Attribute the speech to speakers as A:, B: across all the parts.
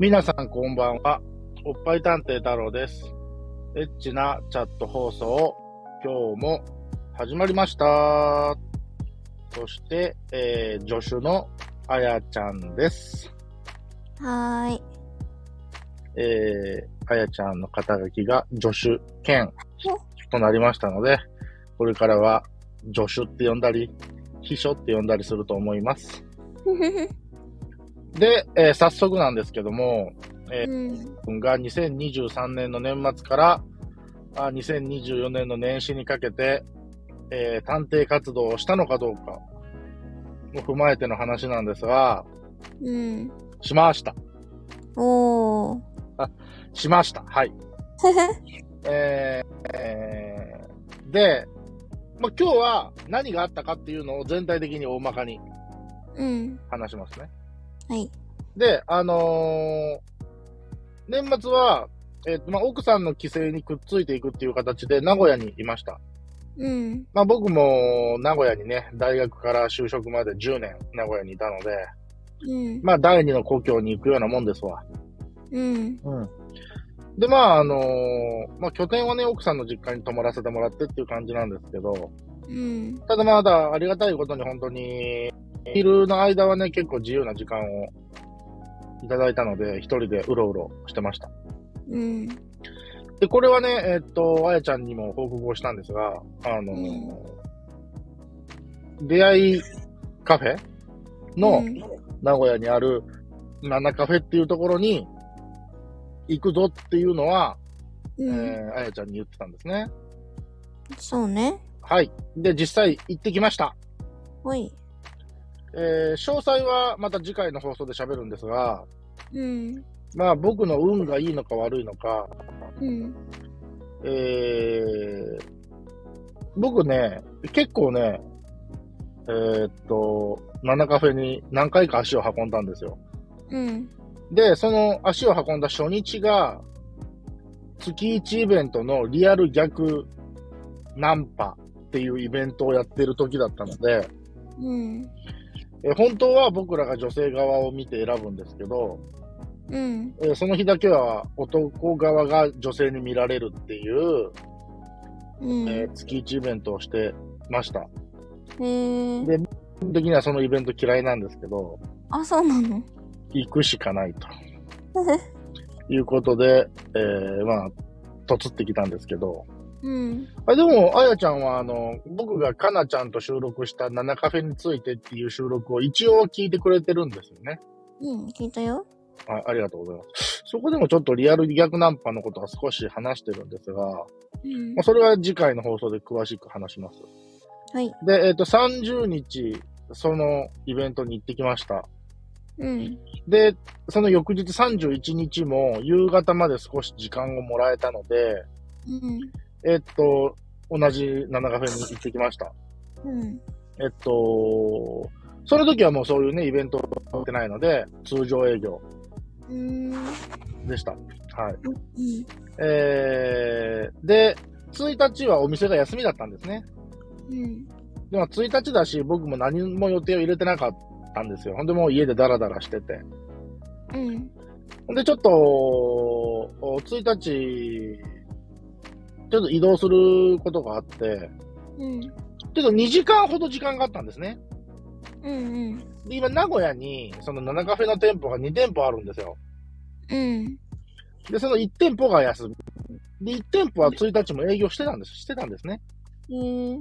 A: 皆さんこんばんは。おっぱい探偵太郎です。エッチなチャット放送、今日も始まりました。そして、えー、助手のあやちゃんです。
B: はーい。
A: えー、あやちゃんの肩書きが助手兼となりましたので、これからは助手って呼んだり、秘書って呼んだりすると思います。で、えー早速なんですけども、えー
B: うん。
A: 君が2023年の年末からあ2024年の年始にかけて、えー探偵活動をしたのかどうかを踏まえての話なんですが、
B: うん。
A: しました。
B: おー。
A: しました。はい。えーえーで、まあ、今日は何があったかっていうのを全体的に大まかに
B: うん。
A: 話しますね。
B: はい。
A: で、あのー年末は、えっ、と、まあ、奥さんの帰省にくっついていくっていう形で名古屋にいました。
B: うん。
A: まあ僕も名古屋にね、大学から就職まで10年名古屋にいたので、
B: うん。
A: まあ第二の故郷に行くようなもんですわ。
B: うん。
A: うん。で、まああのーまあ拠点はね、奥さんの実家に泊まらせてもらってっていう感じなんですけど、
B: うん。
A: ただまだありがたいことに本当に、昼の間はね、結構自由な時間をいただいたので、一人でうろうろしてました。
B: うん。
A: で、これはね、えっと、あやちゃんにも報告をしたんですが、あのー出会いカフェの、
B: うん
A: 名古屋にあるナナカフェっていうところに行くぞっていうのは、
B: う
A: え
B: ん。
A: ーあやちゃんに言ってたんですね。
B: そうね。
A: はい。で、実際行ってきました。
B: ほい。
A: えー詳細はまた次回の放送で喋るんですが、
B: うん。
A: まあ僕の運がいいのか悪いのか、
B: うん。
A: えー僕ね、結構ね、えーっと、ナナカフェに何回か足を運んだんですよ。
B: うん。
A: で、その足を運んだ初日が、月1イベントのリアル逆ナンパっていうイベントをやってる時だったので、
B: うん。
A: え本当は僕らが女性側を見て選ぶんですけど、
B: うん。
A: えその日だけは男側が女性に見られるっていう、
B: うん。
A: え
B: へ
A: ー月1イベントをしてました。
B: ー。
A: 基本的にはそのイベント嫌いなんですけど、
B: あ、そうなの
A: 行くしかないと。いうことで、えーまあ、とつってきたんですけど、
B: うん。
A: あでも、あやちゃんは、あの、僕がかなちゃんと収録したナナカフェについてっていう収録を一応聞いてくれてるんですよね。
B: うん。聞いたよ。
A: あありがとうございます。そこでもちょっとリアル逆ナンパのことは少し話してるんですが、
B: うん
A: まあ、。それは次回の放送で詳しく話します。
B: はい。
A: で、えっ、と、30日、そのイベントに行ってきました。
B: うん。
A: で、その翌日31日も夕方まで少し時間をもらえたので、
B: うん。
A: えっ、と、同じナナカフェに行ってきました。
B: うん。
A: えっと、その時はもうそういうね、イベントをやってないので、通常営業
B: うん。
A: でした。はい。
B: うん。
A: えー、で、1日はお店が休みだったんですね。
B: うん。
A: でも1日だし、僕も何も予定を入れてなかったんですよ。ほんでもう家でダラダラしてて。
B: うん。
A: ほんでちょっと、お1日、ちょっと移動することがあって、
B: うん。
A: ちょっと2時間ほど時間があったんですね。
B: うん。
A: で今、名古屋に、その7カフェの店舗が2店舗あるんですよ。
B: うん。
A: で、その1店舗が休み。で、1店舗は1日も営業してたんです、してたんですね。
B: へー。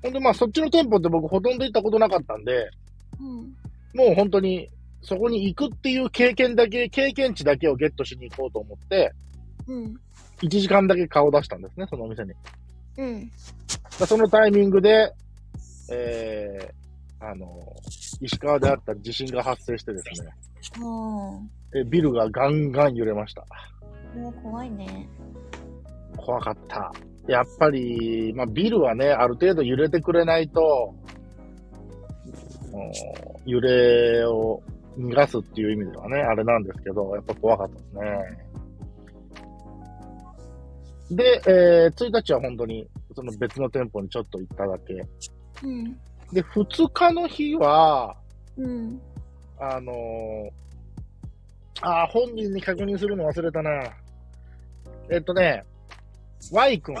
A: ほんで、まあ、そっちの店舗って僕ほとんど行ったことなかったんで、
B: うん。
A: もう本当に、そこに行くっていう経験だけ、経験値だけをゲットしに行こうと思って、
B: うん。
A: 1時間だけ顔出したんですね、そのお店に。だか
B: うん。
A: らそのタイミングで、えー、あの、石川であった地震が発生してですね、
B: あ
A: えビルがガンガン揺れました。
B: あ、もう怖いね。
A: 怖かった。やっぱり、まあ、ビルはね、ある程度揺れてくれないと、うん揺れを逃がすっていう意味ではね、あれなんですけど、やっぱ怖かったですね。で、えー1日は本当に、その別の店舗にちょっと行っただけ。
B: うん。
A: で、2日の日は、
B: うん。
A: あのーあー、本人に確認するの忘れたな。えっとね、Y 君。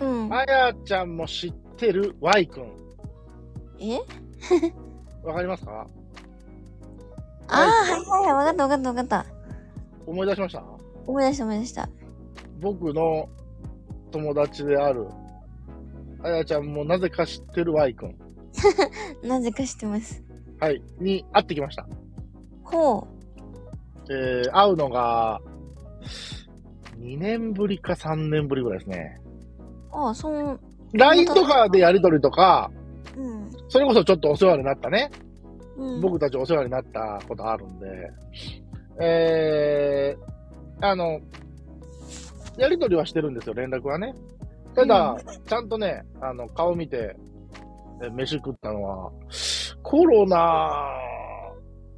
B: うん。
A: あやちゃんも知ってる Y 君。
B: え
A: わかりますか
B: ああ、はいはいはい。わかったわかったわかった。
A: 思い出しました
B: 思い出した思い出した。
A: 僕の友達である、あやちゃんもなぜか知ってる Y 君。
B: なぜか知ってます。
A: はい。に会ってきました。
B: ほ
A: えー、会うのが、2年ぶりか3年ぶりぐらいですね。
B: う。ああ、そう。
A: LINE とかでやりとりとか、
B: うん。
A: それこそちょっとお世話になったね。
B: うん、
A: 僕たちお世話になったことあるんで、えー、あの、やりとりはしてるんですよ、連絡はね。ただ、ちゃんとね、あの、顔見て、え飯食ったのは、コロナ、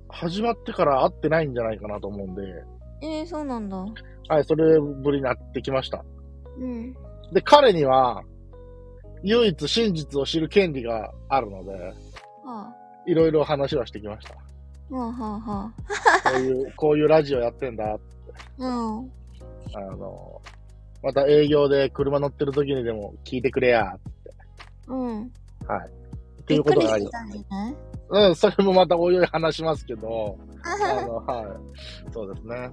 A: 始まってから会ってないんじゃないかなと思うんで、
B: えー、そうなんだ。
A: はい、それぶりになってきました。
B: うん。
A: で、彼には、唯一真実を知る権利があるので、
B: はあ。
A: いろいろ話はしてきました。
B: はあは
A: こ
B: あは
A: ういう、こういうラジオやってんだ、
B: あ。うん。
A: あの、また営業で車乗ってる時にでも聞いてくれや、
B: うん。
A: って
B: び
A: い
B: っ
A: うこ
B: く
A: と
B: り
A: があ
B: し
A: り
B: て。たんじゃない
A: うん、それもまたおいおい話しますけ ど、あの、はい。そうですね。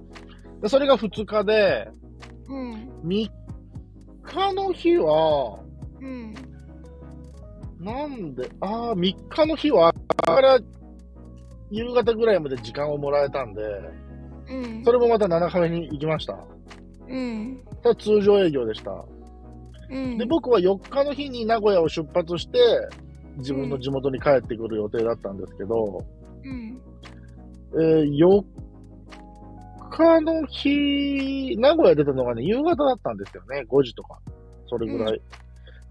A: で、それが2日で、
B: うん。
A: 3日の日は、
B: うん。
A: なんで、ああ、3日の日は、から夕方ぐらいまで時間をもらえたんで、
B: うん。
A: それもまた7日目に行きました。
B: うん。
A: ただ通常営業でした。
B: うん。
A: で、僕は4日の日に名古屋を出発して、自分の地元に帰ってくる予定だったんですけど、
B: うん。
A: えー4日の日、名古屋出たのがね、夕方だったんですよね、5時とか。それぐらい。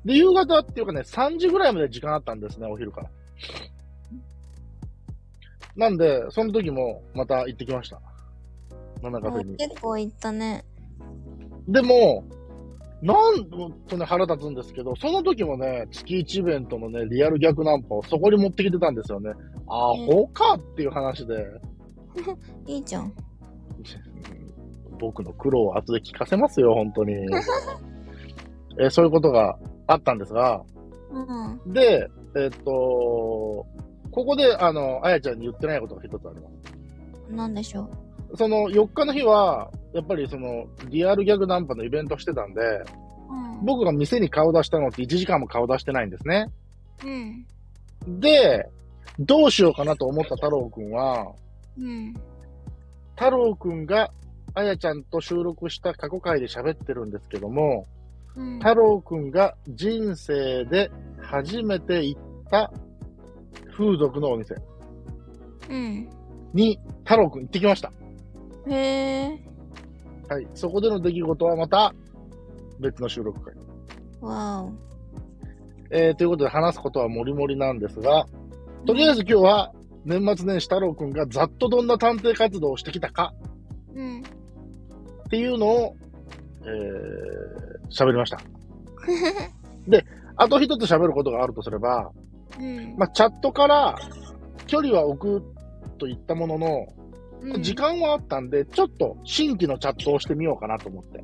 A: で、夕方っていうかね、3時ぐらいまで時間あったんですね、お昼から。なんで、その時もまた行ってきました。マナカフ
B: も
A: ェ
B: う
A: に。
B: 結構行ったね。
A: で
B: で
A: も、なんとね、腹立つんですけど、その時もね、月1イベントのね、リアル逆ナンパをそこに持ってきてたんですよね。あ、
B: うん
A: ほかっていう話で、
B: いいじゃん。
A: 僕の苦労を後で聞かせますよ、本当 に。えそういうことがあったんですが、
B: うん。
A: で、えっと、ここで、あの、あやちゃんに言ってないことが一つあります。
B: なんでしょ
A: その、4日の日は、やっぱりその、リアルギャグナンパのイベントしてたんで、
B: う。うん。
A: 僕が店に顔出したのって1時間も顔出してないんですね。
B: うん。
A: で、どうしようかなと思った太郎くんは、
B: うん。
A: 太郎くんがあやちゃんと収録した過去回で喋ってるんですけども、
B: うん。
A: 太郎くんが人生で初めて行った風俗のお店
B: うん。
A: に太郎くん行ってきました。
B: へえ。
A: はい。そこでの出来事はまた別の収録会。
B: わお。
A: えー、ということで話すことはもりもりなんですが、とりあえず今日は年末年始太郎くんがざっとどんな探偵活動をしてきたか
B: うん。
A: っていうのを、えー、喋りました。で、あと一つ喋ることがあるとすれば、
B: うん。
A: まあ、チャットから距離は置くと言ったものの、
B: うん
A: 時間はあったんで、ちょっと新規のチャットをしてみようかなと思って。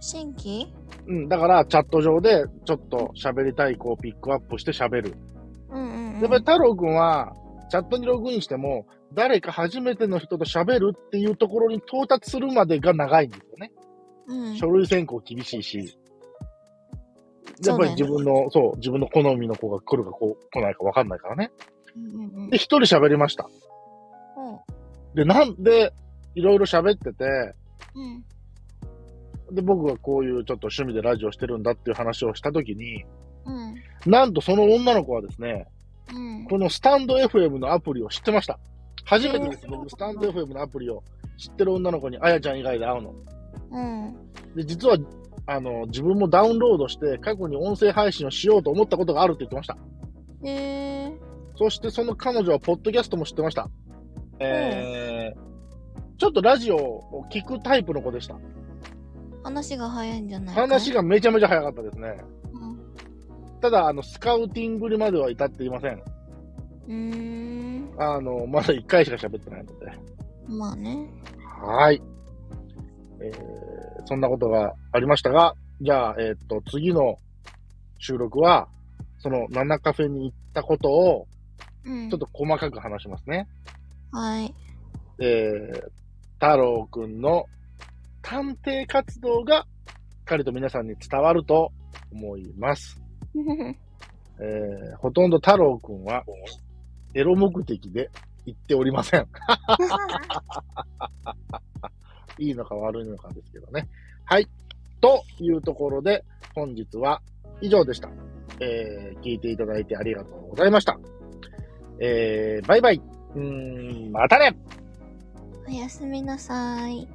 B: 新規
A: うん、だからチャット上でちょっと喋りたい子をピックアップして喋る。
B: うんうんうん。
A: やっぱり太郎くんは、チャットにログインしても、誰か初めての人と喋るっていうところに到達するまでが長いんですよね。
B: うん。
A: 書類選考厳しいし、や
B: そ
A: っ
B: う
A: ぱ
B: だ
A: り
B: よね
A: 自分の、そう,、自分の好みの子が来るかこう来ないか分かんないからね。
B: うんうんうん
A: で、一人喋りました。
B: ほ
A: で、なんで、いろいろ喋ってて、
B: ううん。
A: で、僕がこういうちょっと趣味でラジオしてるんだっていう話をしたときに、
B: うん。
A: なんとその女の子はですね、
B: うん。
A: このスタンド FM のアプリを知ってました。初めてです、
B: えー
A: 僕、スタンド FM のアプリを知ってる女の子に、あやちゃん以外で会うの。
B: うん。
A: で、実は、あの、自分もダウンロードして、過去に音声配信をしようと思ったことがあるって言ってました。
B: へえ。
A: そしてその彼女はポッドキャストも知ってました。えー、ちょっとラジオを聞くタイプの子でした。
B: 話が早いんじゃないか
A: 話がめちゃめちゃ早かったですね。
B: うん。
A: ただ、あの、スカウティングにまでは至っていません。
B: うーん。
A: あの、まだ1回しか喋ってないので。
B: まあね。
A: はい。えーそんなことがありましたが、じゃあ、えーっと、次の収録は、その7カフェに行ったことを、
B: うん。
A: ちょっと細かく話しますね。
B: はい。
A: えー、太郎くんの探偵活動が、しっかりと皆さんに伝わると思います。えー、ほとんど太郎くんは、エロ目的で行っておりません。いいのか悪いのかですけどね。はい。というところで、本日は以上でした。えー、聞いていただいてありがとうございました。えー、バイバイ。うーん、またね
B: おやすみなさい。